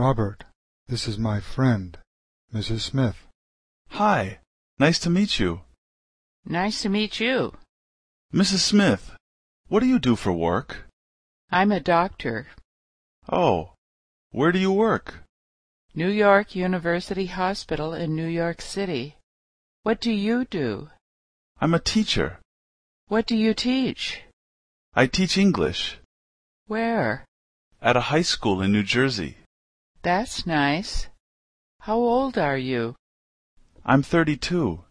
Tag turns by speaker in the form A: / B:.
A: Robert, this is my friend, Mrs. Smith.
B: Hi. Nice to meet you.
C: Nice to meet you.
B: Mrs. Smith, what do you do for work?
C: I'm a doctor.
B: Oh, where do you work?
C: New York University Hospital in New York City. What do you do?
B: I'm a teacher.
C: What do you teach?
B: I teach English
C: Where?
B: at a high school in New Jersey.
C: That's nice. How old are you?
B: I'm 32.